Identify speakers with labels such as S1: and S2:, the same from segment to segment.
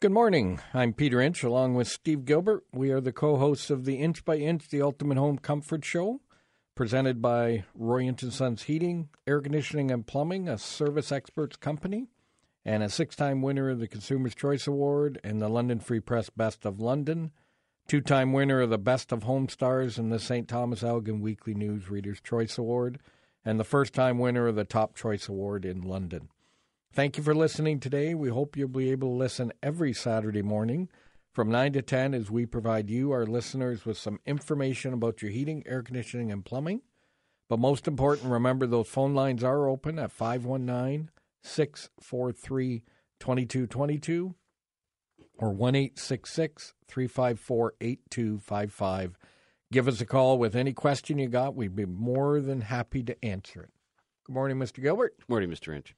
S1: Good morning. I'm Peter Inch along with Steve Gilbert. We are the co hosts of the Inch by Inch, the Ultimate Home Comfort Show, presented by Royant and Sons Heating, Air Conditioning and Plumbing, a service experts company, and a six time winner of the Consumer's Choice Award and the London Free Press Best of London, two time winner of the Best of Home Stars and the St. Thomas Elgin Weekly News Reader's Choice Award, and the first time winner of the Top Choice Award in London. Thank you for listening today. We hope you'll be able to listen every Saturday morning from 9 to 10 as we provide you, our listeners, with some information about your heating, air conditioning, and plumbing. But most important, remember those phone lines are open at 519 643 2222 or 1 354 8255. Give us a call with any question you got. We'd be more than happy to answer it. Good morning, Mr. Gilbert.
S2: Morning, Mr. Inch.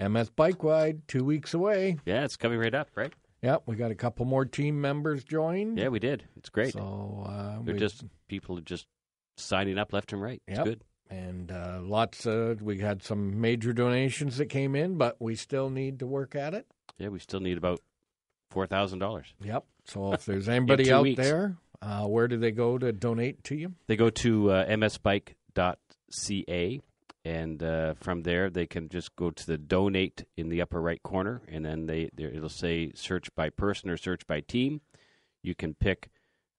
S1: MS Bike Ride, two weeks away.
S2: Yeah, it's coming right up, right?
S1: Yep, we got a couple more team members join.
S2: Yeah, we did. Mm-hmm. It's great.
S1: So uh,
S2: They're
S1: we-
S2: just people are just signing up left and right. It's
S1: Yep.
S2: good.
S1: and uh, lots of we had some major donations that came in, but we still need to work at it.
S2: Yeah, we still need about four thousand dollars.
S1: Yep. So if there's anybody
S2: two
S1: out
S2: weeks.
S1: there, uh, where do they go to donate to you?
S2: They go to uh, msbike.ca, and uh, from there they can just go to the donate in the upper right corner, and then they there, it'll say search by person or search by team. You can pick.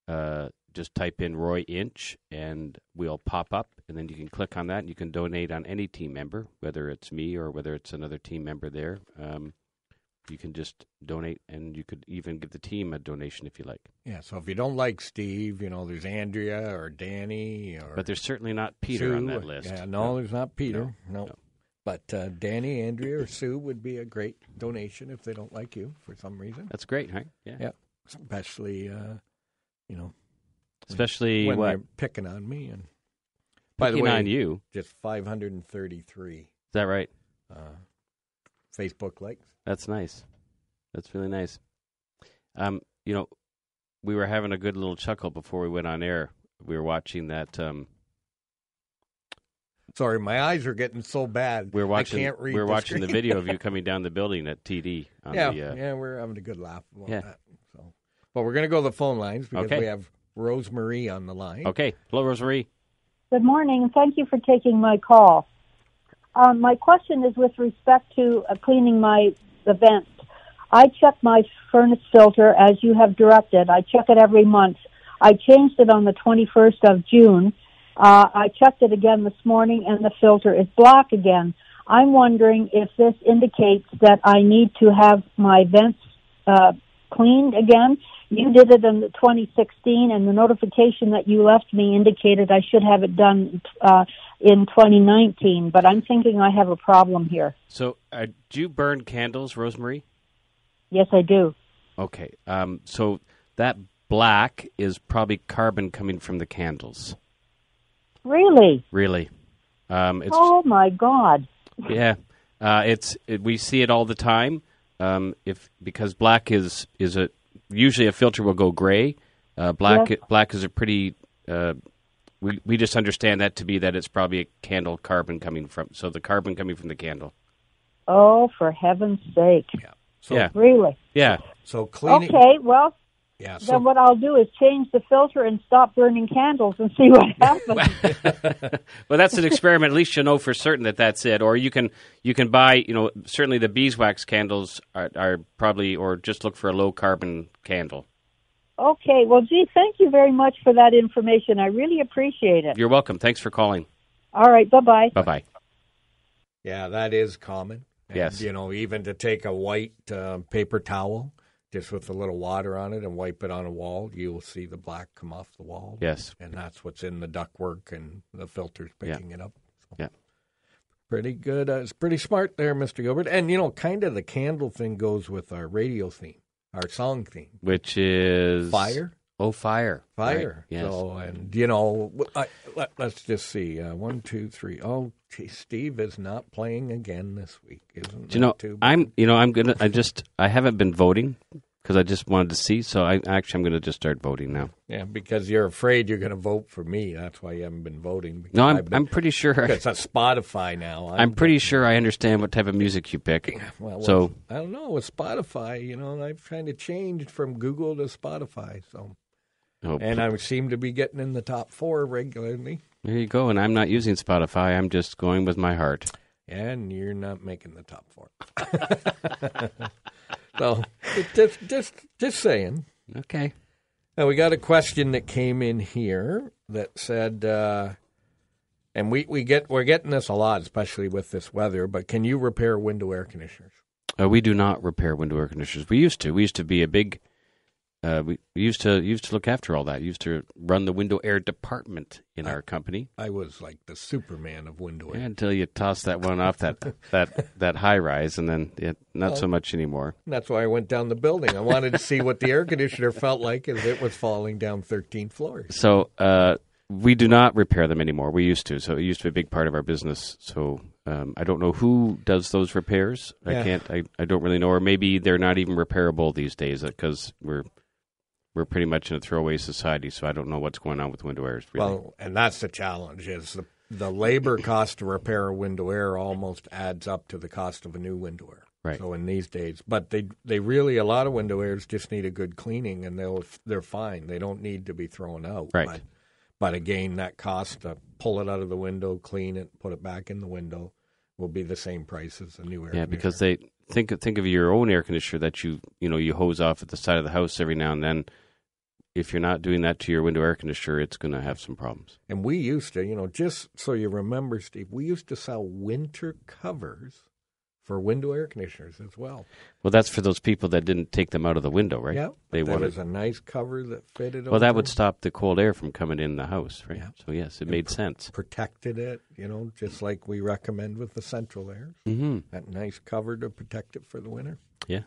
S2: Uh, just type in Roy Inch, and we'll pop up, and then you can click on that, and you can donate on any team member, whether it's me or whether it's another team member there. Um, you can just donate, and you could even give the team a donation if you like.
S1: Yeah. So if you don't like Steve, you know there's Andrea or Danny or
S2: But there's certainly not Peter
S1: Sue.
S2: on that list.
S1: Yeah. No, there's not Peter. No.
S2: no.
S1: But uh, Danny, Andrea, or Sue would be a great donation if they don't like you for some reason.
S2: That's great, right? Yeah.
S1: Yeah. especially uh, you know
S2: Especially
S1: when
S2: what?
S1: they're picking on me and by the
S2: Picking
S1: way
S2: on you.
S1: just 533
S2: Is that right?
S1: uh, facebook likes
S2: That's nice. That's really nice. Um, you know, we were having a good little chuckle before we went on air. We were watching that. Um,
S1: sorry my eyes are getting so bad
S2: we were watching.
S1: i can't read
S2: we were
S1: the
S2: watching the
S1: screen.
S2: video of you coming down the building at TD. On
S1: yeah
S2: The, uh,
S1: yeah we're having a good laugh about
S2: Yeah.
S1: that so but we're going to go to the phone lines because
S2: Okay.
S1: we have rosemary on the line
S2: Okay. Hello, Rosemary.
S3: Good morning. Thank you for taking my call. Um, my question is with respect to uh, cleaning my the vents. I check my furnace filter as you have directed. I check it every month. I changed it on the 21st of June. Uh, I checked it again this morning, and the filter is black again. I'm wondering if this indicates that I need to have my vents uh, cleaned again. You did it in 2016, and the notification that you left me indicated I should have it done uh, in 2019. But I'm thinking I have a problem here.
S2: So, uh, do you burn candles, Rosemary?
S3: Yes, I do.
S2: Okay. Um, so that black is probably carbon coming from the candles.
S3: Really?
S2: Really. Um, it's
S3: oh my God!
S2: Yeah, uh, it's it, we see it all the time. Um, if because black is is a usually a filter will go gray. Uh, black black is a pretty. Uh, we we just understand that to be that it's probably a candle carbon coming from so the carbon coming from the candle.
S3: Oh, for heaven's sake!
S1: so,
S2: Yeah.
S3: Really?
S2: Yeah,
S1: so cleaning
S3: Okay. Well,
S1: yeah so
S3: then what I'll do is change the filter and stop burning candles and see what happens.
S2: well, that's an experiment. At least you know for certain that that's it. Or you can you can buy you know certainly the beeswax candles are, are probably or just look for a low carbon candle.
S3: okay. Well, gee, thank you very much for that information. I really appreciate it.
S2: You're welcome. Thanks for calling.
S3: All right. Bye bye.
S2: Bye bye.
S1: Yeah, that is common. And,
S2: Yes.
S1: You know, even to take a white uh, paper towel, just with a little water on it, and wipe it on a wall, you will see the black come off the wall.
S2: Yes.
S1: And that's what's in the ductwork and the filters
S2: Yeah.
S1: picking it up. So,
S2: Yeah.
S1: Pretty good. Uh, it's pretty smart there, Mr. Gilbert. And, you know, kind of the candle thing goes with our radio theme, our song theme.
S2: which is
S1: Fire?
S2: Oh, fire,
S1: Fire.
S2: Right. Yes.
S1: So, and you know, w- I, let, us just see. Uh, one, two, three. Oh, gee, Steve is not playing again this week, isn't
S2: Do you know,
S1: that too bad?
S2: I'm. You know, I'm gonna. I just. I haven't been voting because I just wanted to see. So I actually I'm going to just start voting now.
S1: Yeah, because you're afraid you're going to vote for me. That's why you haven't been voting. because
S2: No, I'm
S1: I've been-
S2: I'm pretty sure
S1: It's on Spotify now. I'm,
S2: I'm pretty sure I understand what type of music you pick.
S1: well,
S2: so
S1: with- I don't know with Spotify. You know, and I've kind of changed from Google to Spotify. So
S2: oh,
S1: and I seem to be getting in the top four regularly.
S2: there you go. And I'm not using Spotify. I'm just going with my heart.
S1: And you're not making the top four. so just just just saying.
S2: Okay.
S1: Now we got a question that came in here that said, uh, and we, we get we're getting this a lot, especially with this weather. But can you repair window air conditioners?
S2: Uh, we do not repair window air conditioners. We used to. We used to be a big. Uh, we we used to used to look after all that. Used to run the window air department in our company
S1: I was like the Superman of window air.
S2: until you toss that one off that that that high rise, and then it, not so much anymore.
S1: And That's why I went down the building. I wanted to see what the air conditioner felt like as it was falling down 13 floors.
S2: So uh, we do not repair them anymore. We used to. So it used to be a big part of our business. So um, I don't know who does those repairs.
S1: Yeah.
S2: I can't. I, I don't really know. Or maybe they're not even repairable these days because we're we're pretty much in a throwaway society. So I don't know what's going on with window airs. Really.
S1: Well, and that's the challenge is the the labor cost to repair a window air almost adds up to the cost of a new window air.
S2: Right.
S1: So in these days, but they they really a lot of window airs just need a good cleaning and they'll they're fine. They don't need to be thrown out.
S2: Right.
S1: But, but again, that cost to pull it out of the window, clean it, put it back in the window will be the same price as a new air.
S2: yeah, because
S1: conditioner.
S2: they think of- think of your own air conditioner that you you know you hose off at the side of the house every now and then. If you're not doing that to your window air conditioner, it's going to have some problems.
S1: And we used to, you know, just so you remember, Steve, we used to sell winter covers for window air conditioners as well.
S2: Well, that's for those people that didn't take them out of the window, right?
S1: Yeah.
S2: they
S1: there
S2: wanted
S1: was a nice cover that fitted
S2: Well, that
S1: over,
S2: would stop the cold air from coming in the house, right?
S1: Yeah.
S2: So yes, it made sense.
S1: protected it, you know, just like we recommend with the central air.
S2: Mm-hmm.
S1: That nice cover to protect it for the winter.
S2: Yeah.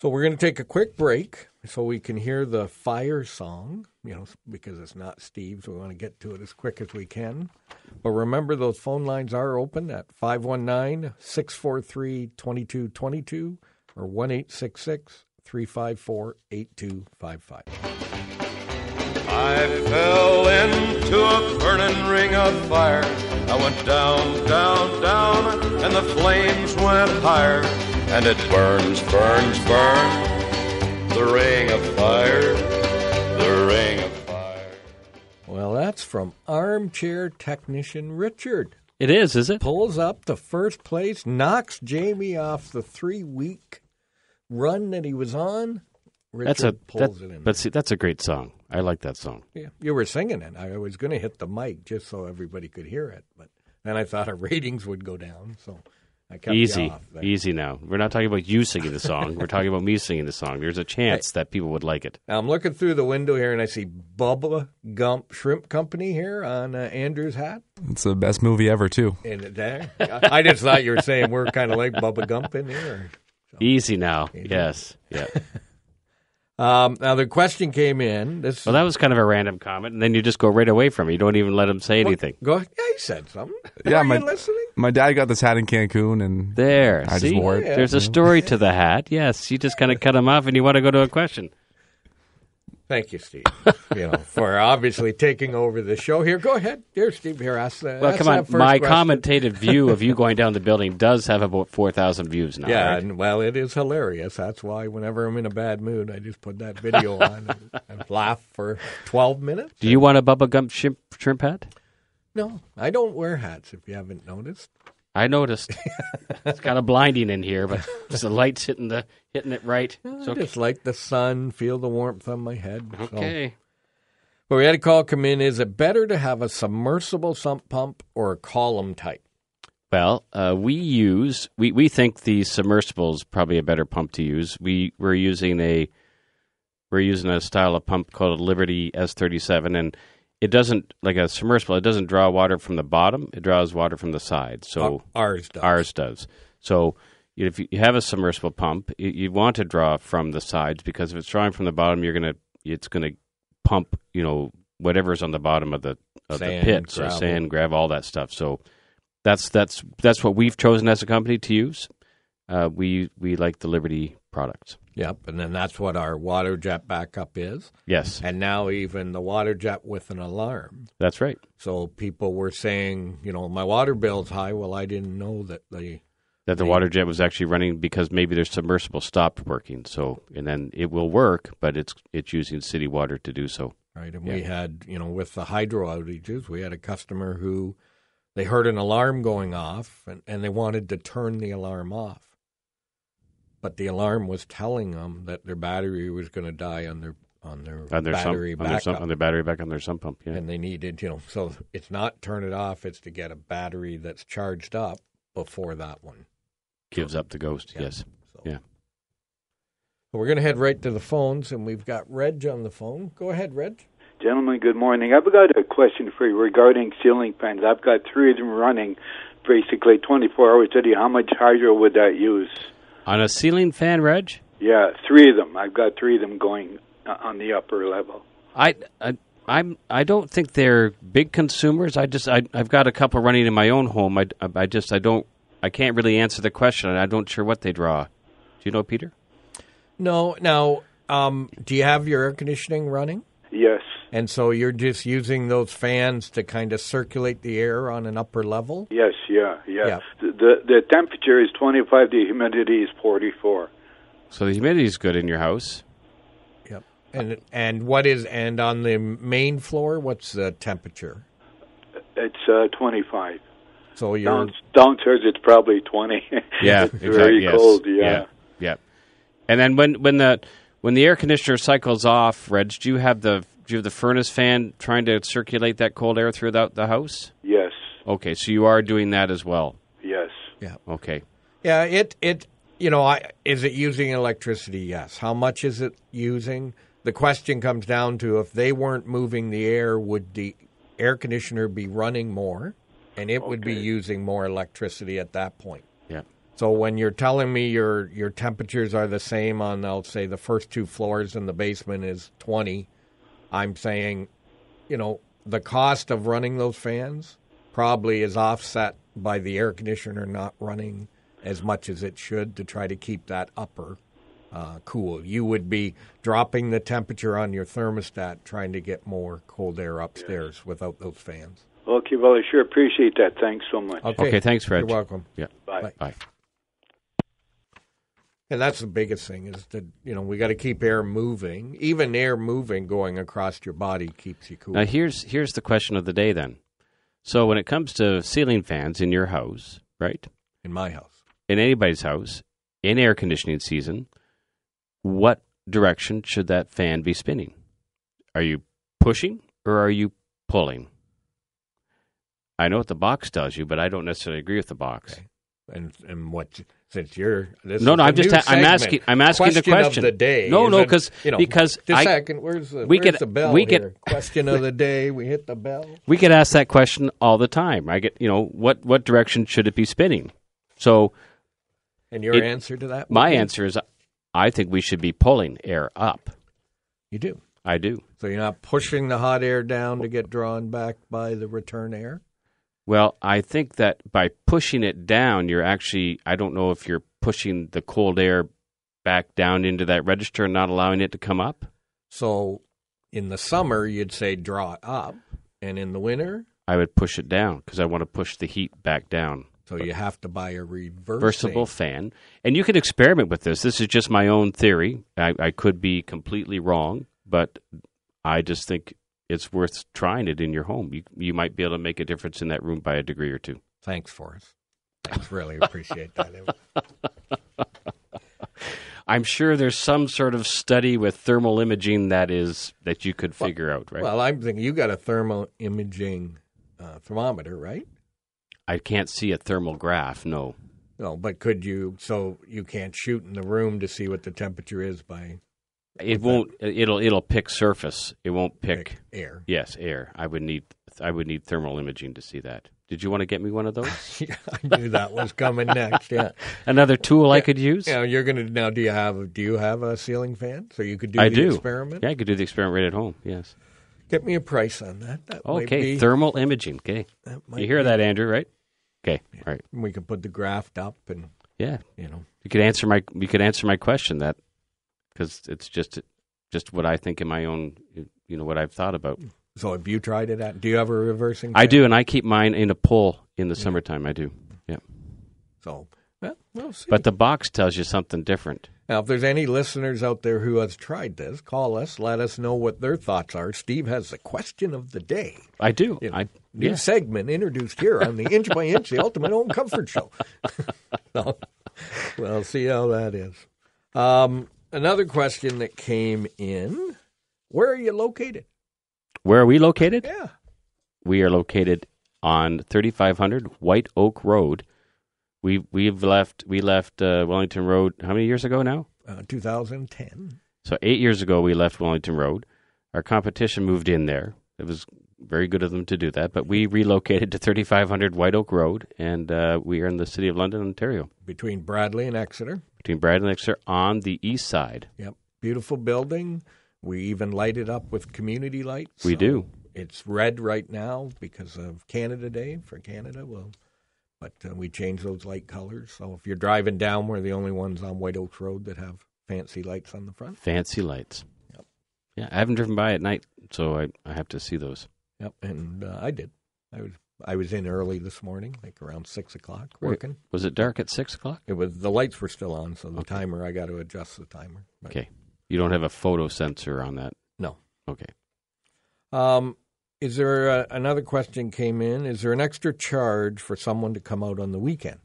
S1: So we're going to take a quick break so we can hear the fire song, you know, because it's not Steve's. We want to get to it as quick as we can. But remember, those phone lines are open at 519 643 2222 or 1 354 8255.
S4: I fell into a burning ring of fire. I went down, down, down, and the flames went higher. And it burns, burns, burns. The ring of fire, the ring of fire.
S1: Well, that's from armchair technician Richard.
S2: It is, is it?
S1: pulls up to first place, knocks Jamie off the three week run that he was on. Richard
S2: That's a
S1: pulls
S2: that-
S1: it in.
S2: but see, that's a great song. I like that song.
S1: yeah, you were singing it. I was going to hit the mic just so everybody could hear it, but then I thought our ratings would go down, so I kept you
S2: Easy,
S1: off there.
S2: easy. Now we're not talking about you singing the song. we're talking about me singing the song. There's a chance that people would like it.
S1: Now I'm looking through the window here and I see Bubba Gump Shrimp Company here on uh, Andrew's hat.
S5: It's the best movie ever, too.
S1: And there, I just thought you were saying we're kind of like Bubba Gump in here.
S2: Easy now. Yes. Yeah.
S1: Um, now the question came in. This
S2: well, that was kind of a random comment, and then you just go right away from it. You don't even let them say anything.
S1: Go ahead. Yeah, he said something.
S5: Yeah,
S1: Were
S5: my-
S1: you listening?
S5: My dad got this hat in Cancun, and
S2: There.
S5: I just
S2: see?
S5: wore it.
S1: Yeah.
S2: There's a story to the hat. Yes. You just kind of cut them off, and you want to go to a question.
S1: Thank you, Steve. you know, for obviously taking over the show here. Go ahead, dear Steve. Here, ask the.
S2: Well,
S1: ask
S2: come
S1: that
S2: on.
S1: first
S2: My
S1: question.
S2: commentative view of you going down the building does have about 4,000 views now.
S1: Yeah,
S2: right?
S1: and, well, it is hilarious. That's why whenever I'm in a bad mood, I just put that video on and, and laugh for 12 minutes.
S2: Do you want a Bubba Gump shrimp, shrimp hat?
S1: No, I don't wear hats. If you haven't noticed,
S2: I noticed. it's kind of blinding in here, but just the light's hitting the hitting it right. It's
S1: I
S2: okay.
S1: just like the sun, feel the warmth on my head. So-
S2: okay.
S1: But we had a call come in. Is it better to have a submersible sump pump or a column type?
S2: Well, uh, we use we, we think the submersible is probably a better pump to use. We we're using a we're using a style of pump called a Liberty S37, and it doesn't like a submersible. It doesn't draw water from the bottom. It draws water from the side. So
S1: Ours does.
S2: Ours does. So if you have a submersible pump, you, you want to draw from the sides because if it's drawing from the bottom, you're gonna it's gonna pump you know whatever's on the bottom of the of
S1: Sand,
S2: the pit, so
S1: gravel.
S2: sand, gravel, all that stuff. So that's that's that's what we've chosen as a company to use. Uh, we we like the Liberty products.
S1: Yep, and then that's what our water jet backup is.
S2: Yes,
S1: And now even the water jet with an alarm.
S2: that's right.
S1: So people were saying, you know, my water bill's high. Well, I didn't know that the
S2: That the water jet was actually running because maybe their submersible stopped working. So and then it will work, but it's it's using city water to do so.
S1: right. And we had, you know, with the hydro outages, we had a customer who they heard an alarm going off and, and they wanted to turn the alarm off. But the alarm was telling them that their battery was going to die on their on their,
S2: On their
S1: battery
S2: sump, on
S1: backup.
S2: their sump, on their battery back on their sump pump. Yeah,
S1: and they needed, you know, so it's not turn it off, it's to get a battery that's charged up before that one.
S2: gives up the ghost.
S1: Yeah.
S2: Yes.
S1: So
S2: Yeah.
S1: We're going to head right to the phones, and we've got Reg on the phone. Go ahead, Reg.
S6: Gentlemen, good morning. I've got a question for you regarding ceiling fans. I've got three of them running basically 24 hours a day. How much hydro would that use?
S2: On a ceiling fan, Reg.
S6: Yeah, three of them. I've got three of them going uh, on the upper level.
S2: I, I I'm I don't think they're big consumers. I just I, I've got a couple running in my own home. I, I I just I don't I can't really answer the question. I don't sure what they draw. Do you know Peter?
S1: No, now, um, do you have your air conditioning running?
S6: Yes.
S1: And so you're just using those fans to kind of circulate the air on an upper level?
S6: Yes, yeah, yeah.
S1: Yeah.
S6: The, the the temperature is 25, the humidity is 44.
S2: So the humidity's good in your house.
S1: Yep. And and what is and on the main floor, what's the temperature?
S6: It's uh, 25.
S1: So you're
S6: Down, downstairs it's probably 20. it's very cold,
S2: yeah, yeah. And then when when the when the air conditioner cycles off, Reg, do you have the do you have the furnace fan trying to circulate that cold air throughout the house?
S6: Yes.
S2: Okay, so you are doing that as well.
S6: Yes.
S2: Okay.
S1: Yeah, it it you know, I is it using electricity? Yes. How much is it using? The question comes down to if they weren't moving the air, would the air conditioner be running more, and it would be using more electricity at that point.
S2: Yeah.
S1: So when you're telling me your your temperatures are the same on I'll say the first two floors and the basement is 20, I'm saying, you know, the cost of running those fans probably is offset by the air conditioner not running as much as it should to try to keep that upper uh, cool. You would be dropping the temperature on your thermostat trying to get more cold air upstairs without those fans.
S6: Okay, well, I sure appreciate that. Thanks so much.
S1: Okay,
S2: Okay, thanks, Reg.
S1: You're welcome.
S2: Yeah.
S6: Bye.
S2: Bye.
S1: And that's the biggest thing is that you know we got to keep air moving. Even air moving going across your body keeps you cool.
S2: Now here's here's the question of the day then. So when it comes to ceiling fans in your house, right?
S1: in my house,
S2: In anybody's house, in air conditioning season, what direction should that fan be spinning? Are you pushing or are you pulling? I know what the box tells you, but I don't necessarily agree with the box.
S1: Okay. and and what since you're this
S2: No,
S1: is
S2: no,
S1: a
S2: I'm just
S1: new
S2: a- I'm
S1: segment.
S2: asking- I'm asking the question.
S1: of the day.
S2: No, no,
S1: isn't-
S2: 'cause-
S1: you know,
S2: because
S1: just
S2: I-
S1: a second, where's the
S2: we
S1: where's
S2: get-
S1: the bell
S2: we get-
S1: here? question of the day. We hit the bell.
S2: we get asked that question all the time. I get, you know, what what direction should it be spinning? So
S1: And your
S2: It-
S1: answer to that? would
S2: my
S1: be-
S2: answer is, I think we should be pulling air up.
S1: You do.
S2: I do.
S1: So you're not pushing the hot air down to get drawn back by the return air.
S2: Well, I think that by pushing it down, you're actually, I don't know if you're pushing the cold air back down into that register and not allowing it to come up.
S1: So in the summer, you'd say draw it up, and in the winter,
S2: I would push it down because I want to push the heat back down.
S1: So you have to buy a reversing.
S2: Versatile fan. And you can experiment with this. This is just my own theory. I, I could be completely wrong, but I just think it's worth trying it in your home. You, you might be able to make a difference in that room by a degree or two.
S1: Thanks for us. Thanks, really appreciate that.
S2: I'm sure there's some sort of study with thermal imaging that is that you could figure out, right?
S1: Well, I'm thinking you got a thermal imaging uh, thermometer, right?
S2: I can't see a thermal graph. No,
S1: No, but could you? So you can't shoot in the room to see what the temperature is by
S2: it won't. It'll it'll pick surface. It won't pick.
S1: like, air.
S2: Yes, air. I would need I would need thermal imaging to see that. Did you want to get me one of those?
S1: Yeah, I knew that was coming next. Yeah.
S2: Another tool I could use.
S1: Now you're gonna. Now, do you have? Do you have a ceiling fan? So you could do
S2: I
S1: the
S2: do.
S1: experiment.
S2: Yeah, I could do the experiment right at home. Yes.
S1: Get me a price on that. that might
S2: Okay.
S1: be-
S2: Thermal imaging. Okay.
S1: that might
S2: You hear
S1: be-
S2: that, Andrew? Right. Okay. All right.
S1: We can put the graft up and
S2: Yeah,
S1: You know,
S2: you could answer my you could answer my question that because it's just just what I think in my own you know what I've thought about.
S1: so have you tried it? Out? Do you have a reversing?
S2: I
S1: fan?
S2: do, and I keep mine in a pull in the summertime. I do. Yeah,
S1: So well, we'll see.
S2: but the box tells you something different.
S1: Now, if there's any listeners out there who has tried this, call us. Let us know what their thoughts are. Steve has the question of the day.
S2: I do.
S1: You know,
S2: I
S1: New
S2: yes.
S1: segment introduced here on the Inch by Inch, the Ultimate Home Comfort Show. so, we'll see how that is. Um, another question that came in: Where are you located?
S2: Where are we located?
S1: Yeah,
S2: We are located on 3500 White Oak Road. We we've left we left uh, Wellington Road how many years ago now?
S1: uh, 2010.
S2: So eight years ago, we left Wellington Road. Our competition moved in there. It was very good of them to do that, but we relocated to 3500 White Oak Road, and uh, we are in the city of London, Ontario,
S1: between Bradley and Exeter.
S2: between Brad and Exeter on the east side.
S1: Yep, beautiful building. We even light it up with community lights.
S2: We
S1: so
S2: do.
S1: It's red right now because of Canada Day for Canada. Well, but uh, we change those light colors. So if you're driving down, we're the only ones on White Oaks Road that have fancy lights on the front.
S2: Fancy lights. Yeah, I haven't driven by at night, so I, I have to see those.
S1: Yep, and uh, I did. I was I was in early this morning, like around six o'clock, working.
S2: Was it dark at 6 o'clock?
S1: It was the lights were still on, so the timer I got to adjust the timer. But
S2: Okay. You don't have a photo sensor on that.
S1: No,
S2: Okay.
S1: Um, is there a, another question came in? Is there an extra charge for someone to come out on the weekend?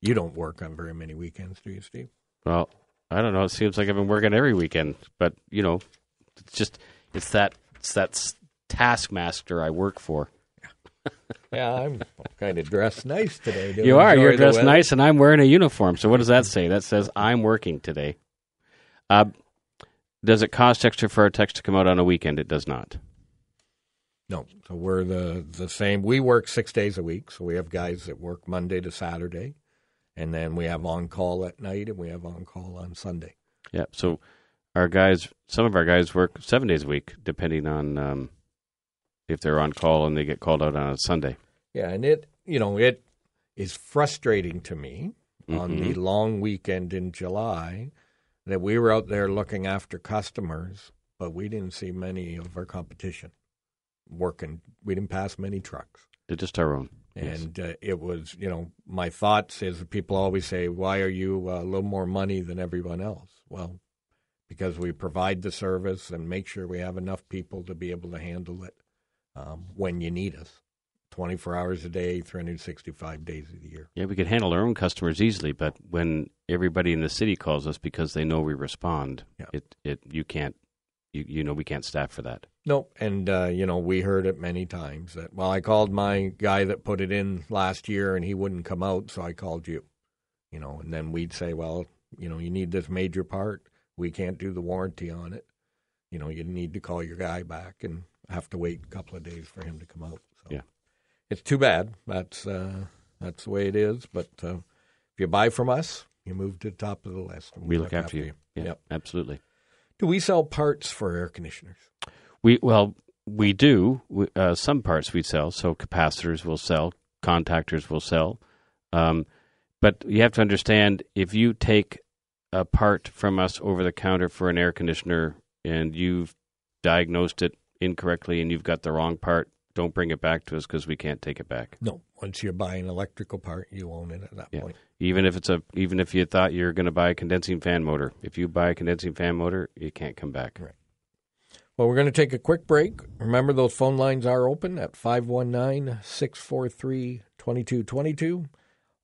S1: You don't work on very many weekends, do you, Steve?
S2: Well, I don't know. It seems like I've been working every weekend, but you know, it's just it's that it's that s- taskmaster I work for.
S1: Yeah, I'm kind of dressed nice today.
S2: You are. You're dressed nice, and I'm wearing a uniform. So what does that say? That says I'm working today. Uh, does it cost extra for our text to come out on a weekend? It does not.
S1: No, so we're the the same. We work six days a week, so we have guys that work Monday to Saturday, and then we have on call at night, and we have on call on Sunday.
S2: Yeah. So our guys, some of our guys work seven days a week, depending on um, if they're on call and they get called out on a Sunday.
S1: Yeah, and it you know it is frustrating to me on the long weekend in July that we were out there looking after customers, but we didn't see many of our competition working. We didn't pass many trucks.
S2: They're just our own. Yes.
S1: And uh, it was, you know, my thoughts is people always say, why are you uh, a little more money than everyone else? Well, because we provide the service and make sure we have enough people to be able to handle it um, when you need us 24 hours a day, 365 days of the year.
S2: Yeah, we could handle our own customers easily, but when everybody in the city calls us because they know we respond,
S1: Yeah.
S2: it it you can't you you know we can't staff for that.
S1: Nope. And, uh, you know, we heard it many times that, well, I called my guy that put it in last year and he wouldn't come out, so I called you. You know, and then we'd say, well, you know, you need this major part. We can't do the warranty on it. You know, you need to call your guy back and have to wait a couple of days for him to come out. So
S2: Yeah.
S1: It's too bad. That's, uh, that's the way it is. But uh, if you buy from us, you move to the top of the list. and
S2: We look after you. Yeah,
S1: Yep.
S2: absolutely.
S1: Do we sell parts for air conditioners?
S2: We well we do we, uh, some parts we sell, so capacitors will sell, contactors will sell, um, but you have to understand if you take a part from us over the counter for an air conditioner and you've diagnosed it incorrectly and you've got the wrong part. Don't bring it back to us because we can't take it back.
S1: No. Once you buy an electrical part, you own it at that
S2: Yeah.
S1: point.
S2: Even if it's a even if you thought you're going to buy a condensing fan motor, if you buy a condensing fan motor, you can't come back.
S1: Right. Well, we're going to take a quick break. Remember, those phone lines are open at 519 643 2222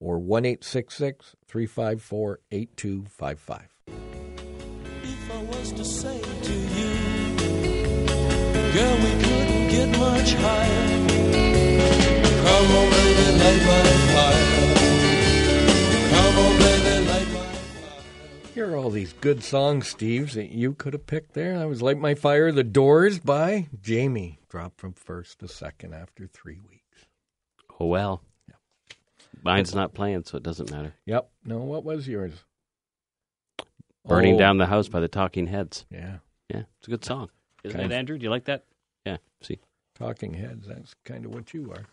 S1: or 1 354 8255.
S7: If I was to say to you, girl, we couldn't get much higher. Come on, baby, light my fire. Come on, baby, light my
S1: Here are all these good songs, Steve's, that you could have picked there. I was Light My Fire, The Doors by Jamie. Dropped from first to second after three weeks.
S2: Oh well. Mine's not playing, so it doesn't matter.
S1: Yep. No, what was yours?
S2: Burning
S1: Oh,
S2: down the house by the Talking Heads.
S1: Yeah.
S2: Yeah, it's a good song, isn't
S1: Kind
S2: it,
S1: of.
S2: Andrew? Do you like that? Yeah. See,
S1: Talking Heads. That's kind of what you are.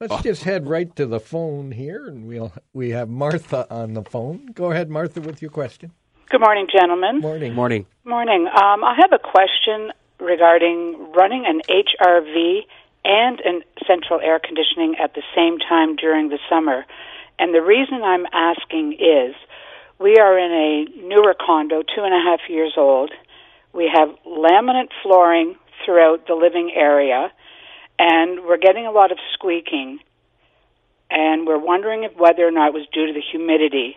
S1: Let's just head right to the phone here, and we'll we have Martha on the phone. Go ahead, Martha, with your question.
S8: Good morning, gentlemen.
S1: Morning.
S2: Morning.
S8: Morning. Um, I have a question regarding running an HRV and an central air conditioning at the same time during the summer. And the reason I'm asking is we are in a newer condo, two and a half years old. We have laminate flooring throughout the living area, and we're getting a lot of squeaking. And we're wondering if whether or not it was due to the humidity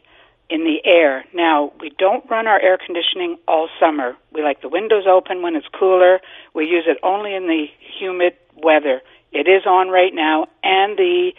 S8: in the air. Now, we don't run our air conditioning all summer. We like the windows open when it's cooler. We use it only in the humid weather. It is on right now, and the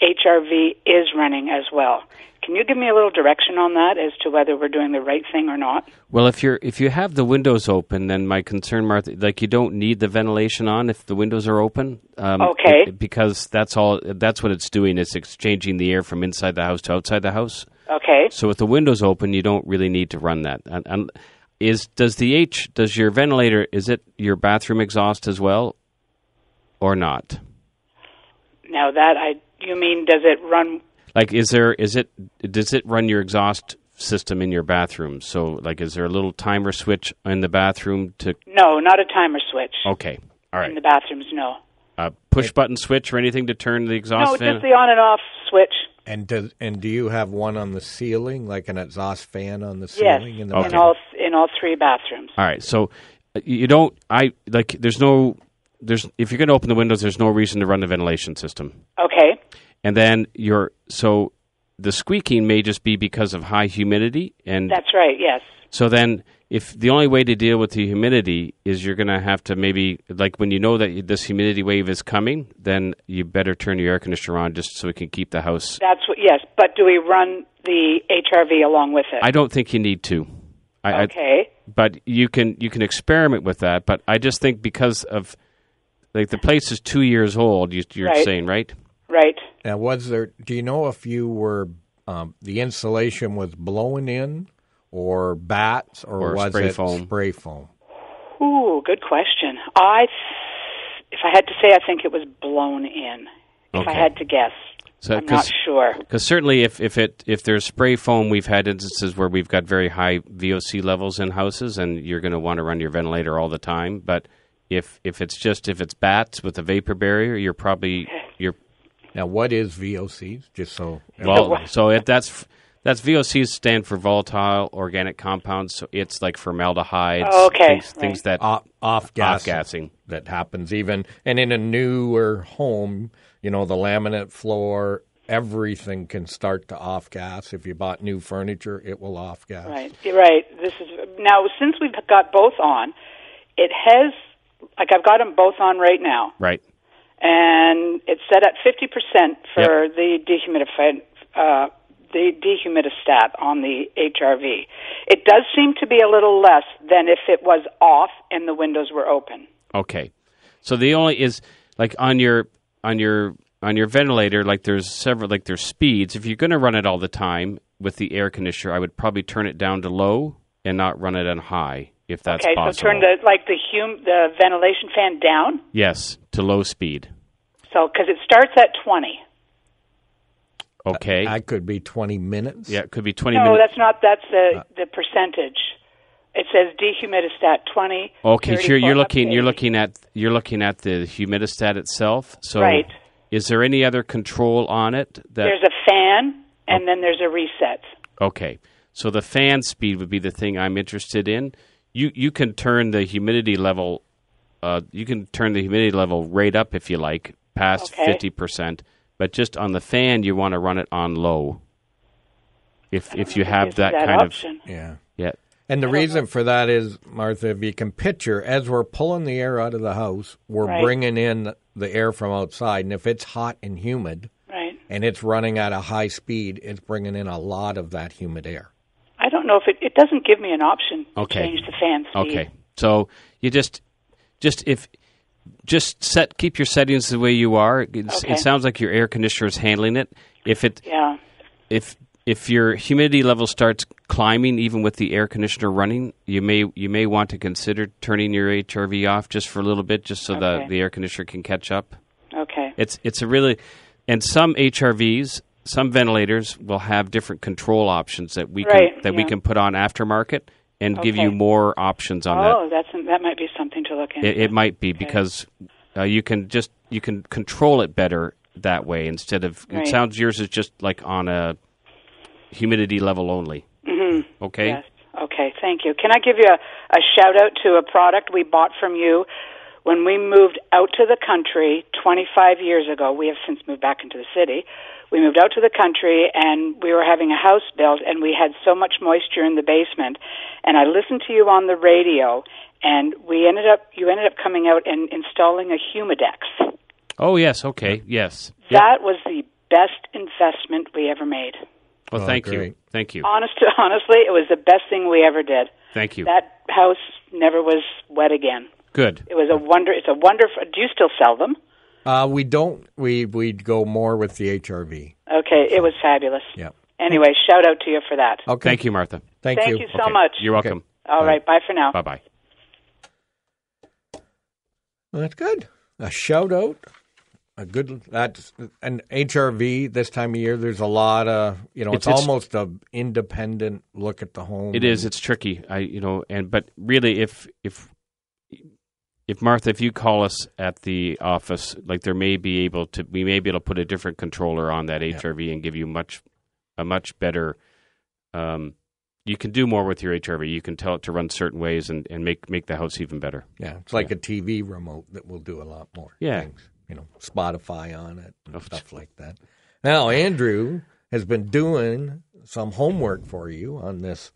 S8: HRV is running as well. Can you give me a little direction on that as to whether we're doing the right thing or not?
S2: Well, if you're if you have the windows open, then my concern, Martha, like you don't need the ventilation on if the windows are open. Um,
S8: Okay.
S2: it- because that's all. That's what it's doing. It's exchanging the air from inside the house to outside the house.
S8: Okay.
S2: So with the windows open, you don't really need to run that. And, and is does the H does your ventilator is it your bathroom exhaust as well, or not?
S8: Now that I you mean does it run
S2: Like, is there is it does it run your exhaust system in your bathroom? So like, is there a little timer switch in the bathroom to?
S8: no, not a timer switch.
S2: Okay. All right.
S8: In the bathrooms, no.
S2: a push button switch or anything to turn the exhaust
S8: No,
S2: fan?
S8: just the on and off switch.
S1: And does and do you have one on the ceiling, like an exhaust fan on the
S8: Yes.
S1: ceiling
S8: In,
S1: in the back?
S8: all in all three bathrooms.
S2: All right. So uh, you don't. I like. There's no. There's if you're going to open the windows, there's no reason to run the ventilation system.
S8: Okay.
S2: And then you're so the squeaking may just be because of high humidity, and
S8: That's right. Yes.
S2: so then if the only way to deal with the humidity is you're going to have to maybe like when you know that this humidity wave is coming, then you better turn your air conditioner on just so it can keep the house.
S8: That's what yes, but do we run the HRV along with it?
S2: I don't think you need to. I, I-
S8: okay.
S2: but you can you can experiment with that. But I just think because of like the place is two years old, you, you're
S8: Right.
S2: saying right?
S8: right.
S1: Now, was there? Do you know if you were um, the insulation was blowing in, or bats, or,
S2: Or
S1: was
S2: spray
S1: it
S2: foam.
S1: spray foam?
S8: Ooh, good question. I th- if I had to say I think it was blown in. If I
S2: Okay.
S8: had to guess.
S2: So
S8: I'm not sure.
S2: because certainly if, if it if there's spray foam, we've had instances where we've got very high VOC levels in houses, and you're going to want to run your ventilator all the time. But if if it's just if it's bats with a vapor barrier, you're probably you're
S1: Now, what is VOCs? Just so
S2: Well, so if that's that's VOCs stand for volatile organic compounds. So it's like formaldehydes,
S8: Oh, okay,
S2: things, things that
S1: off, off gas
S2: Off-gassing.
S1: that happens even and in a newer home, you know, the laminate floor, everything can start to off gas. If you bought new furniture, it will off gas.
S8: Right. You're right. This is now since we've got both on, it has like I've got them both on right now.
S2: right.
S8: and it's set at 50% for the dehumidified uh, the dehumidistat on the HRV. It does seem to be a little less than if it was off and the windows were open.
S2: Okay. So the only is like on your on your on your ventilator, like there's several like there's speeds. If you're going to run it all the time with the air conditioner, I would probably turn it down to low and not run it on high if that's
S8: okay,
S2: possible.
S8: so turn the like the hum the ventilation fan down.
S2: yes to low speed.
S8: So cuz it starts at 20.
S2: Okay.
S1: That could be 20 minutes.
S2: yeah, it could be 20
S8: No,
S2: minutes. Uh.
S8: that's not that's the the percentage. It says dehumidistat 20.
S2: Okay, sure.
S8: 34,
S2: You're looking.
S8: up to
S2: You're
S8: 80.
S2: looking at. You're looking at the humidistat itself. So,
S8: Right.
S2: is there any other control on it? That
S8: There's a fan and then there's a reset.
S2: okay. So the fan speed would be the thing I'm interested in. You you can turn the humidity level. Uh, you can turn the humidity level right up if you like, past
S8: Okay.
S2: fifty percent. But just on the fan, you want to run it on low. If if you have
S8: Gives you
S2: that, kind
S8: option.
S1: Yeah.
S2: of yeah.
S1: And the reason for that is, Martha, if you can picture, as we're pulling the air out of the house, we're
S8: Right.
S1: bringing in the air from outside. And if it's hot and humid
S8: Right.
S1: and it's running at a high speed, it's bringing in a lot of that humid air.
S8: I don't know if it it doesn't give me an option to
S2: Okay.
S8: change the fan speed.
S2: Okay. So you just just if just set keep your settings the way you are. It's,
S8: Okay.
S2: It sounds like your air conditioner is handling it. If it
S8: Yeah.
S2: if if your humidity level starts climbing even with the air conditioner running, you may you may want to consider turning your HRV off just for a little bit just so the
S8: Okay.
S2: the air conditioner can catch up.
S8: Okay.
S2: It's it's a really and some HRVs, some ventilators will have different control options that we
S8: Right,
S2: can, that we
S8: yeah.
S2: can put on aftermarket and give you
S8: Okay.
S2: more options on that.
S8: Oh, that's that might be something to look into.
S2: It, it might be because uh, you can just you can control it better that way instead of
S8: Right.
S2: it sounds yours is just like on a humidity level only. Mm-hmm. Okay.
S8: Yes. Okay. Thank you. Can I give you a, a shout out to a product we bought from you when we moved out to the country 25 years ago? We have since moved back into the city. We moved out to the country and we were having a house built and we had so much moisture in the basement. And I listened to you on the radio and we ended up, you ended up coming out and installing a Humidex.
S2: Oh yes. Okay. Yes.
S8: That was the best investment we ever made.
S2: Well,
S1: Oh,
S2: thank
S1: great.
S2: you. Thank you.
S8: Honest honestly, it was the best thing we ever did.
S2: Thank you.
S8: That house never was wet again.
S2: Good.
S8: It was a wonder. It's a wonderful. Do you still sell them?
S1: Uh, we don't. We we go more with the HRV.
S8: Okay, it was fabulous.
S1: Yep.
S8: Anyway, shout out to you for that.
S1: Okay.
S2: Thank you, Martha.
S1: Oh, Thank,
S8: Thank
S1: you.
S8: you so much.
S2: You're welcome.
S8: All right. Bye for now.
S2: Bye bye.
S1: Well, that's good. A shout out. A good that's an HRV this time of year. There's a lot of you know. It's,
S2: It's- it's-
S1: almost a independent look at the home.
S2: It is. It's tricky. I you know, and but really, if if if Martha, if you call us at the office, like there may be able to, we may be able to put a different controller on that HRV and give you much a much better. Um, you can do more with your HRV. You can tell it to run certain ways and, and make make the house even better.
S1: Yeah, it's like a TV remote that will do a lot more
S2: Yeah.
S1: things. You know, Spotify on it and stuff like that. Now, Andrew has been doing some homework for you on this.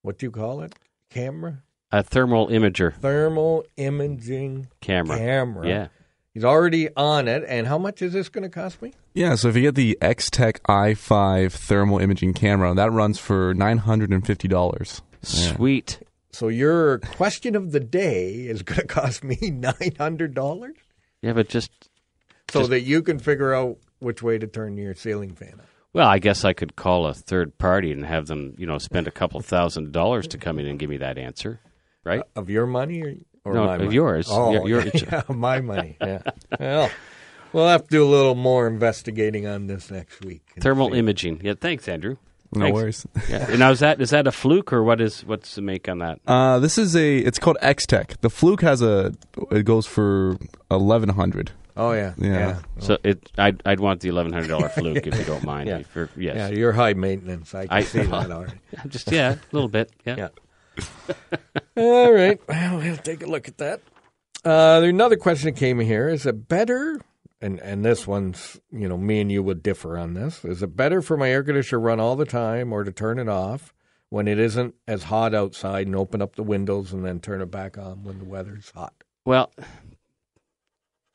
S1: What do you call it? Camera,
S2: A thermal imager
S1: thermal imaging
S2: camera.
S1: camera.
S2: Yeah.
S1: he's already on it. And how much is this going to cost me?
S5: Yeah, so if you get the Xtech i5 thermal imaging camera, that runs for $950.
S2: Sweet.
S1: So your question of the day is going to cost me nine hundred dollars,
S2: Yeah, but just
S1: so that you can figure out which way to turn your ceiling fan up.
S2: well, I guess I could call a third party and have them, you know, spend a couple thousand dollars to come in and give me that answer, right?
S1: Of your money or, or
S2: No,
S1: my
S2: of
S1: money?
S2: yours.
S1: Oh,
S2: Your- your-
S1: yeah, my money. Yeah. well, we'll have to do a little more investigating on this next week. and
S2: Thermal
S1: see.
S2: imaging. Yeah, thanks, Andrew.
S5: No
S2: Thanks.
S5: worries.
S2: Yeah. Now is that is that a fluke or what is what's the make on that?
S5: Uh, this is a. It's called Xtech. The Fluke has a. It goes for eleven hundred.
S1: Oh yeah.
S5: Yeah.
S1: Yeah.
S2: So it I'd I'd want the eleven hundred dollar fluke if you don't mind.
S1: Oh. Yeah.
S2: For- yes.
S1: Yeah, you're high maintenance. I can
S2: I-
S1: see that already.
S2: Just yeah, a little bit. Yeah.
S1: Yeah. All right. Well, we'll take a look at that. Uh, there- another question that came here is it better? And and this one's you know me and you would differ on this. Is it better for my air conditioner to run all the time or to turn it off when it isn't as hot outside and open up the windows and then turn it back on when the weather's hot?
S2: Well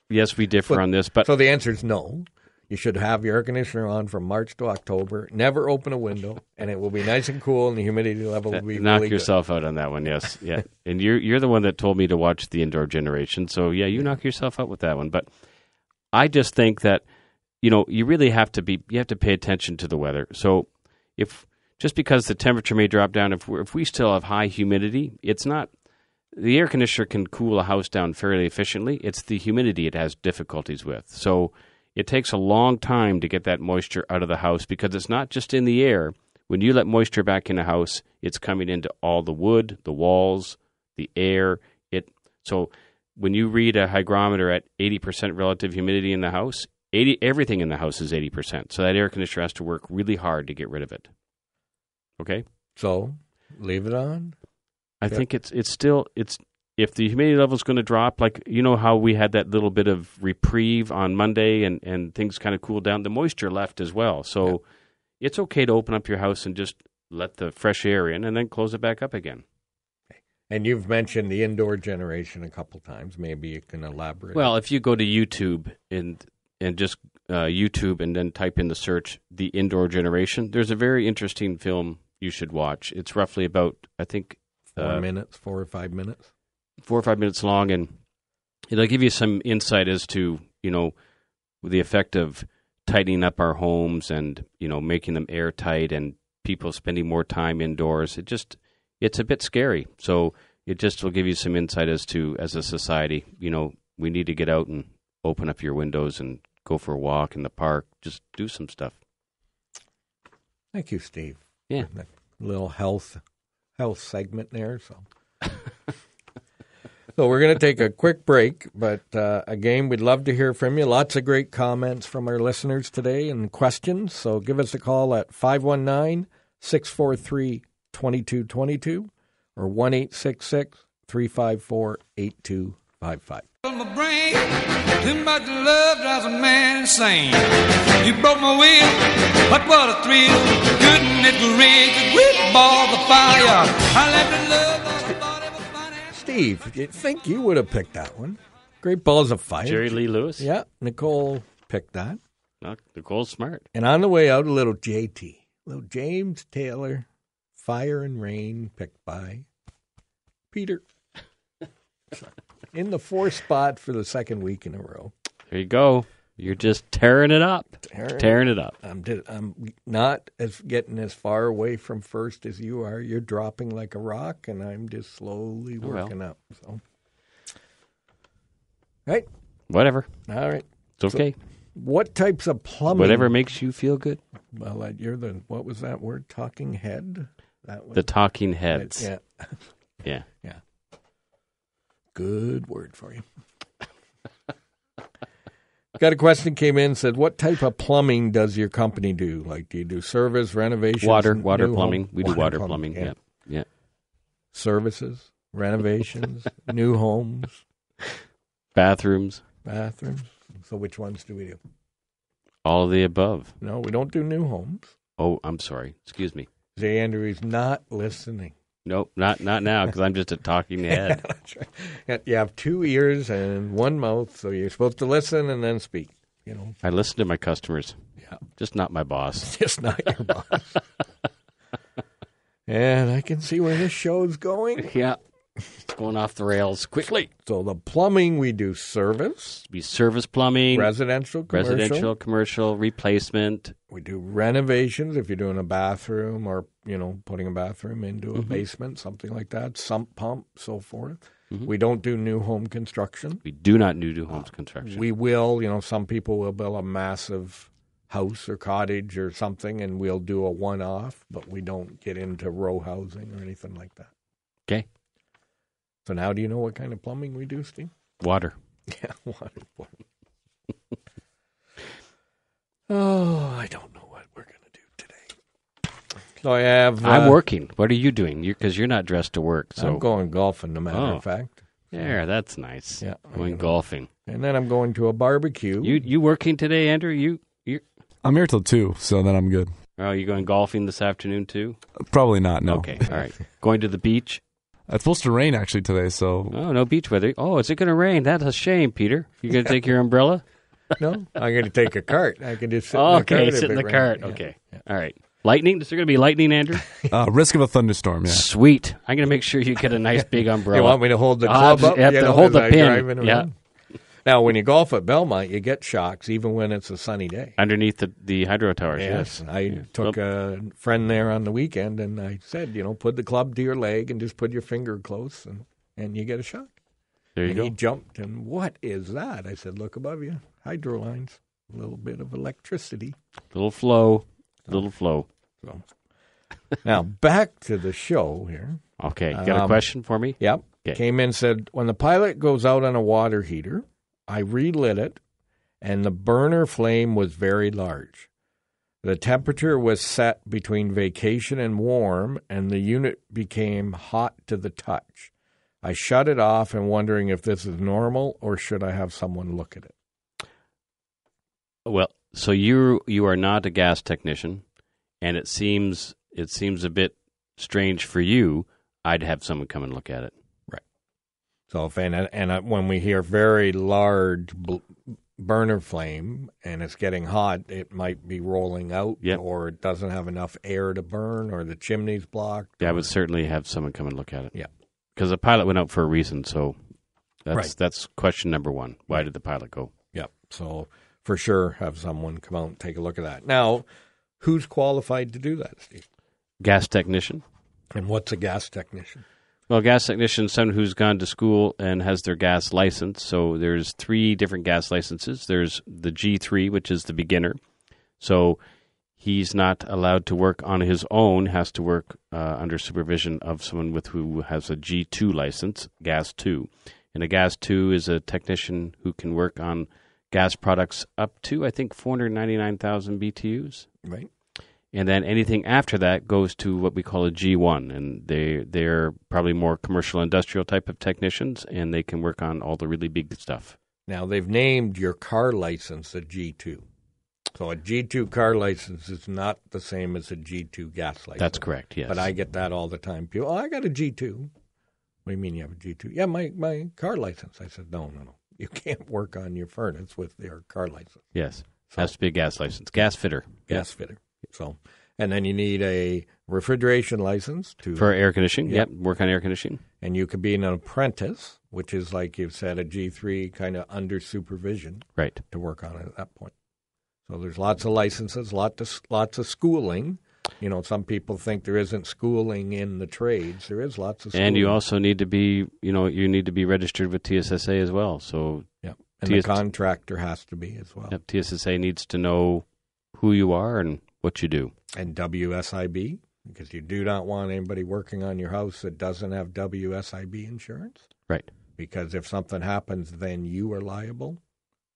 S2: Yes, we differ
S1: But-
S2: on this, but
S1: So the answer is no. You should have your air conditioner on from March to October. Never open a window, and it will be nice and cool, and the humidity level will be
S2: knock
S1: really good.
S2: yourself out on that one, yes. Yeah. and you're you're the one that told me to watch the indoor generation. So yeah, you knock yourself out with that one. But I just think that you know, you really have to be you have to pay attention to the weather. So if just because the temperature may drop down if we if we still have high humidity, it's not the air conditioner can cool a house down fairly efficiently. It's the humidity it has difficulties with. So it takes a long time to get that moisture out of the house because it's not just in the air. When you let moisture back in a house, it's coming into all the wood, the walls, the air. It so when you read a hygrometer at 80% relative humidity in the house, 80 everything in the house is 80%. So that air conditioner has to work really hard to get rid of it. Okay?
S1: So leave it on.
S2: I think it's it's still it's if the humidity level is going to drop, like you know how we had that little bit of reprieve on Monday and and things kind of cooled down, the moisture left as well. So it's okay to open up your house and just let the fresh air in and then close it back up again.
S1: And you've mentioned the indoor generation a couple times. Maybe you can elaborate.
S2: Well, if you go to YouTube and and just uh, YouTube and then type in the search the indoor generation, there's a very interesting film you should watch. It's roughly about I think
S1: four
S2: uh,
S1: minutes, four or five minutes.
S2: four or five minutes long, and it'll give you some insight as to you know the effect of tightening up our homes and you know making them airtight and people spending more time indoors. It just it's a bit scary. So it just will give you some insight as to as a society, you know, we need to get out and open up your windows and go for a walk in the park, just do some stuff.
S1: Thank you, Steve.
S2: Yeah.
S1: That little health health segment there. So, so we're going to take a quick break, but uh, again, we'd love to hear from you. Lots of great comments from our listeners today and questions. So give us a call at 519 643 2222 or 1 354 8255.
S9: On the brain, too much love drives a man insane. You broke my will, but what a thrill! Couldn't it reach the grip ball the fire? I left in love, but I thought it was funny.
S1: Steve, you'd think you would have picked that one. Great Balls of Fire.
S2: Jerry Lee Lewis?
S1: Yeah, Nicole picked that.
S2: Look, Nicole's smart.
S1: And on the way out, a little JT. Little James Taylor, Fire and Rain, picked by Peter. In the fourth spot for the second week in a row.
S2: There you go. You're just tearing it up.
S1: Tearing-
S2: Tearing it up.
S1: I'm, di- I'm not as getting as far away from first as you are. You're dropping like a rock, and I'm just slowly
S2: Oh, well.
S1: working up. So, right,
S2: Whatever.
S1: all right.
S2: It's okay.
S1: What types of plumbing?
S2: Whatever makes you feel good.
S1: Well, uh, you're the what was that word? Talking head. That was
S2: The Talking Heads.
S1: yeah,
S2: yeah.
S1: yeah. Good word for you. Got a question came in said, "What type of plumbing does your company do? Like, do you do service renovations?
S2: Water,
S1: new
S2: water
S1: home-
S2: plumbing. We do water plumbing. Yeah. yeah.
S1: services, renovations, new homes,
S2: Bathrooms,
S1: bathrooms. So which ones do we do?
S2: all of the above.
S1: No, we don't do new homes.
S2: Oh, I'm sorry. Excuse me.
S1: Jay Andrew is not listening.
S2: Nope, not not now because I'm just a talking head.
S1: That's right. Yeah, You have two ears and one mouth, so you're supposed to listen and then speak. You know,
S2: I listen to my customers,
S1: yeah,
S2: just not my boss.
S1: just not your boss. and I can see where this show's going.
S2: Yeah, it's going off the rails quickly.
S1: So the plumbing we do service,
S2: We service plumbing,
S1: residential, commercial.
S2: residential, commercial, replacement.
S1: We do renovations if you're doing a bathroom or you know putting a bathroom into
S2: Mm-hmm.
S1: a basement, something like that, sump pump, so forth.
S2: Mm-hmm.
S1: We don't do new home construction.
S2: We do not do new homes construction.
S1: We will, you know, some people will build a massive house or cottage or something, and we'll do a one-off, but we don't get into row housing or anything like that.
S2: okay,
S1: So now, do you know what kind of plumbing we do, Steve?
S2: water.
S1: Yeah, water plumbing. oh, I don't know what we're gonna do today. So I have.
S2: I'm
S1: uh,
S2: working. What are you doing? You're because you're not dressed to work. So
S1: I'm going golfing, no matter
S2: Oh.
S1: of fact.
S2: there, that's nice.
S1: Yeah, I'm
S2: going
S1: gonna-
S2: golfing.
S1: And then I'm going to a barbecue.
S2: You you working today, Andrew? You you?
S5: I'm here till two, so then I'm good.
S2: Oh, you going golfing this afternoon too?
S5: Probably not. No.
S2: Okay, all right. going to the beach.
S5: It's supposed to rain actually today, so
S2: Oh, no beach weather. Oh, is it going to rain? That's a shame, Peter. You going to take your umbrella?
S1: no, I'm going to take a cart. I can just sit in the cart.
S2: okay,
S1: if
S2: sit in
S1: it
S2: the
S1: rains.
S2: cart.
S1: Yeah.
S2: Okay. All right. Lightning? Is there going to be lightning, Andrew?
S5: uh, risk of a thunderstorm. Yeah.
S2: Sweet. I'm going to make sure you get a nice big umbrella.
S1: You want me to hold the
S2: I'll
S1: club
S2: just-
S1: up?
S2: Ah, you have
S1: you
S2: to
S1: know,
S2: hold
S1: as
S2: the
S1: I'm
S2: pin.
S1: driving
S2: Yeah.
S1: around? Now, when you golf at Belmont, you get shocks even when it's a sunny day.
S2: Underneath the, the hydro towers, yes.
S1: I took a friend there on the weekend, and I said, you know, put the club to your leg and just put your finger close, and, and you get a shock.
S2: There you
S1: and he
S2: go.
S1: jumped, and what is that? I said, look above you, hydro lines, a little bit of electricity.
S2: Little flow. Little flow.
S1: So now back to the show here.
S2: Okay. Got a
S1: Um,
S2: question for me?
S1: Yep.
S2: Okay.
S1: Came in said when the pilot goes out on a water heater, I relit it, and the burner flame was very large. The temperature was set between vacation and warm, and the unit became hot to the touch. I shut it off and wondering if this is normal or should I have someone look at it.
S2: Well, so you you are not a gas technician, and it seems it seems a bit strange for you. I'd have someone come and look at it.
S1: So if and and uh, when we hear very large bl- burner flame and it's getting hot, it might be rolling out,
S2: Yep.
S1: or it doesn't have enough air to burn, or the chimney's blocked.
S2: Yeah, I would certainly have someone come and look at it.
S1: Yeah.
S2: because the pilot went out for a reason. So that's
S1: Right.
S2: that's question number one. Why did the pilot go?
S1: Yep. So for sure, have someone come out and take a look at that. Now, who's qualified to do that, Steve?
S2: Gas technician.
S1: And what's a gas technician?
S2: Well, gas technician is someone who's gone to school and has their gas license. So there's three different gas licenses. There's the G3, which is the beginner. So he's not allowed to work on his own, has to work uh, under supervision of someone with who has a G2 license, gas 2. And a gas 2 is a technician who can work on gas products up to I think 499,000 BTUs.
S1: Right.
S2: And then anything after that goes to what we call a G1, and they they're probably more commercial industrial type of technicians, and they can work on all the really big stuff.
S1: Now they've named your car license a G2. So a G2 car license is not the same as a G2 gas license.
S2: That's correct. Yes,
S1: But I get that all the time. People, oh, I got a G2. What do you mean you have a G2? Yeah, my, my car license. I said, no, no, no. You can't work on your furnace with your car license.
S2: yes has to be a gas license, gas fitter,
S1: Gas fitter. So, and then you need a refrigeration license to
S2: for air conditioning.
S1: Yep.
S2: Yep, work on air conditioning.
S1: and you could be an apprentice, which is like you've said, a G3 kind of under supervision
S2: Right.
S1: to work on it at that point. So there's lots of licenses, lots of, lots of schooling. You know, some people think there isn't schooling in the trades. There is lots of schooling.
S2: And you also need to be, you know, you need to be registered with TSSA as well. So
S1: yeah. and the
S2: TST
S1: contractor has to be as well.
S2: yep, TSSA needs to know who you are and what you do.
S1: And WSIB, because you do not want anybody working on your house that doesn't have WSIB insurance.
S2: Right.
S1: because if something happens, then you are liable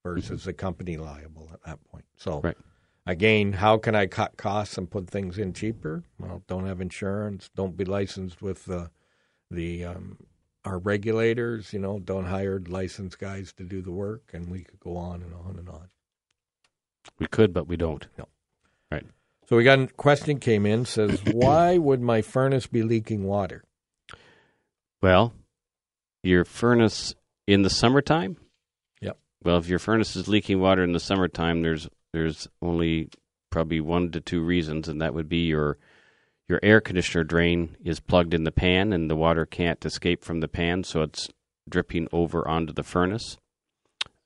S1: versus the company liable at that point. So,
S2: Mm-hmm. Right.
S1: again, how can I cut costs and put things in cheaper? Well, don't have insurance, don't be licensed with the the um, our regulators. You know, don't hire licensed guys to do the work, and we could go on and on and on.
S2: We could, but we don't.
S1: No.
S2: Right.
S1: So we got a question came in says, why would my furnace be leaking water?
S2: Well, your furnace in the summertime.
S1: Yep.
S2: Well, if your furnace is leaking water in the summertime, there's there's only probably one to two reasons, and that would be your your air conditioner drain is plugged in the pan, and the water can't escape from the pan, so it's dripping over onto the furnace.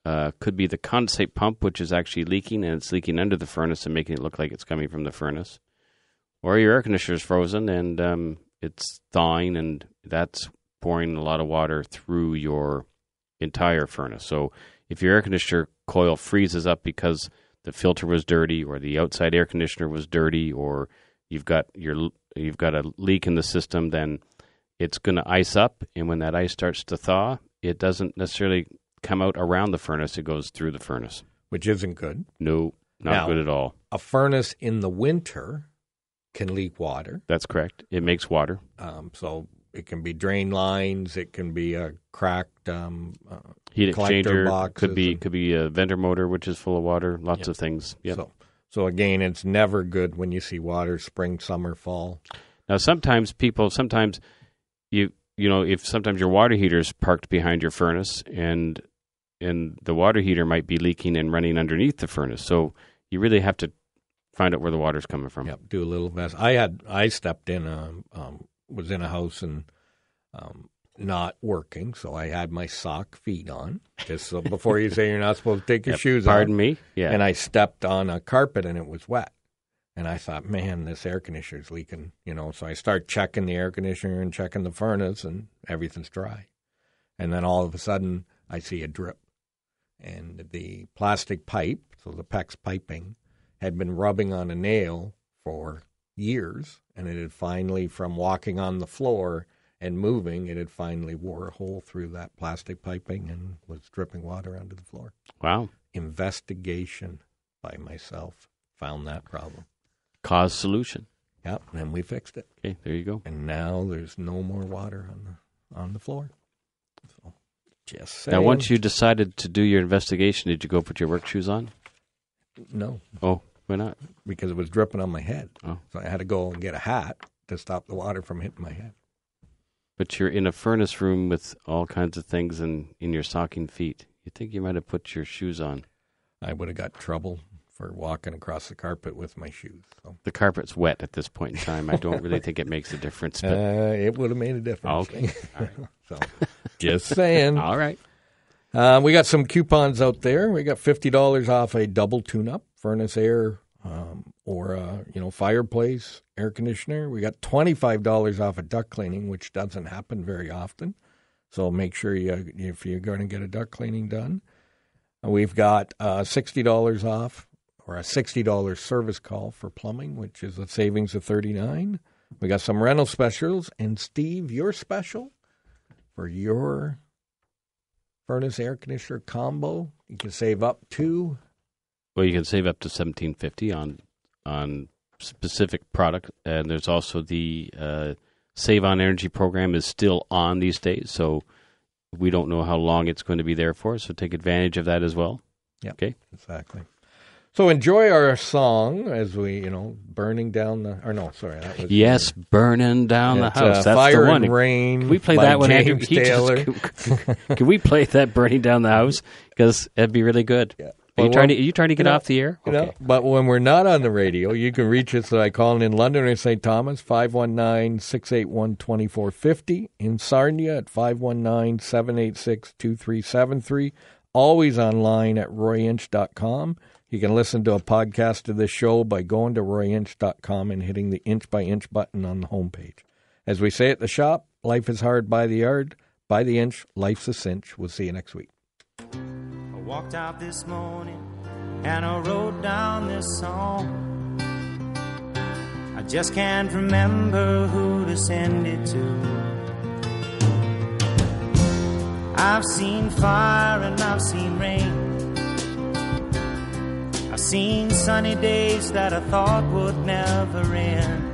S2: Uh, could be the condensate pump, which is actually leaking, and it's leaking under the furnace and making it look like it's coming from the furnace or your air conditioner's frozen and um, it's thawing, and that's pouring a lot of water through your entire furnace. So if your air conditioner coil freezes up because the filter was dirty, or the outside air conditioner was dirty, or you've got your you've got a leak in the system, then it's going to ice up, and when that ice starts to thaw, it doesn't necessarily come out around the furnace; it goes through the furnace.
S1: Which isn't good.
S2: No, not
S1: Now-
S2: good at all.
S1: A furnace in the winter can leak water.
S2: That's correct. It makes water.
S1: Um, so it can be drain lines, it can be a cracked. Um, uh,
S2: heat
S1: collector
S2: exchanger
S1: boxes
S2: could be
S1: and-
S2: could be a vendor motor which is full of water lots of things yep.
S1: So, so again, it's never good when you see water spring, summer, fall.
S2: now sometimes people sometimes you you know if sometimes your water heater is parked behind your furnace and and the water heater might be leaking and running underneath the furnace so you really have to find out where the water's coming from
S1: Yep, do a little mess. I had I stepped in um, um was in a house and um not working, so I had my sock feet on. Just so before you say you're not supposed to take your
S2: Yep,
S1: shoes
S2: pardon
S1: off.
S2: me yeah
S1: And I stepped on a carpet and it was wet. And I thought, man, this air conditioner's leaking, you know. So I start checking the air conditioner and checking the furnace and everything's dry. And then all of a sudden I see a drip. And the plastic pipe, so the PEX piping, had been rubbing on a nail for years and it had finally from walking on the floor and moving, it had finally wore a hole through that plastic piping and was dripping water onto the floor
S2: wow
S1: investigation by myself found that problem.
S2: cause solution
S1: Yep, and we fixed it.
S2: okay there you go
S1: And now there's no more water on the on the floor. So just saying.
S2: now once you decided to do your investigation did you go put your work shoes on
S1: no,
S2: oh why not
S1: because it was dripping on my head,
S2: oh
S1: so I had to go and get a hat to stop the water from hitting my head.
S2: But you're in a furnace room with all kinds of things in, in your stocking feet. You think you might have put your shoes on.
S1: I would have got trouble for walking across the carpet with my shoes. So
S2: The carpet's wet at this point in time. I don't really think it makes a difference. But
S1: uh, it would have made a difference.
S2: Okay.
S1: so just saying.
S2: all right.
S1: Uh, we got some coupons out there. We got fifty dollars off a double tune-up furnace air um, or uh, you know fireplace, air conditioner. We got twenty five dollars off a of duct cleaning, which doesn't happen very often. So make sure you if you're going to get a duct cleaning done. We've got uh, sixty dollars off or a sixty dollars service call for plumbing, which is a savings of thirty nine. We got some rental specials, and Steve, your special for your furnace air conditioner combo, you can save up to
S2: Well, you can save up to seventeen fifty on on specific product, and there's also the uh, Save on Energy program is still on these days, so we don't know how long it's going to be there for. So take advantage of that as well.
S1: Yep.
S2: Okay.
S1: exactly. So enjoy our song as we, you know, burning down the. Or no, sorry, that was
S2: Yes, burning down
S1: It's,
S2: the house.
S1: uh,
S2: That's
S1: Fire
S2: the one.
S1: and Rain
S2: Can we play
S1: by
S2: that one? Andrew?
S1: James
S2: He just-
S1: Taylor.
S2: can, we play that burning down the house? Because that'd be really good. Are
S1: Well,
S2: you trying to?
S1: well,
S2: Are you trying to get
S1: you know,
S2: off the air?
S1: You know, but when we're not on the radio, you can reach us by calling in London or St. Thomas, 519 681 2450. In Sarnia at 519 786 2373. Always online at royinch.com. You can listen to a podcast of this show by going to royinch.com and hitting the inch by inch button on the homepage. As we say at the shop, life is hard by the yard, by the inch, life's a cinch. We'll see you next week.
S10: I walked out this morning and I wrote down this song. I just can't remember who to send it to. I've seen fire and I've seen rain. I've seen sunny days that I thought would never end.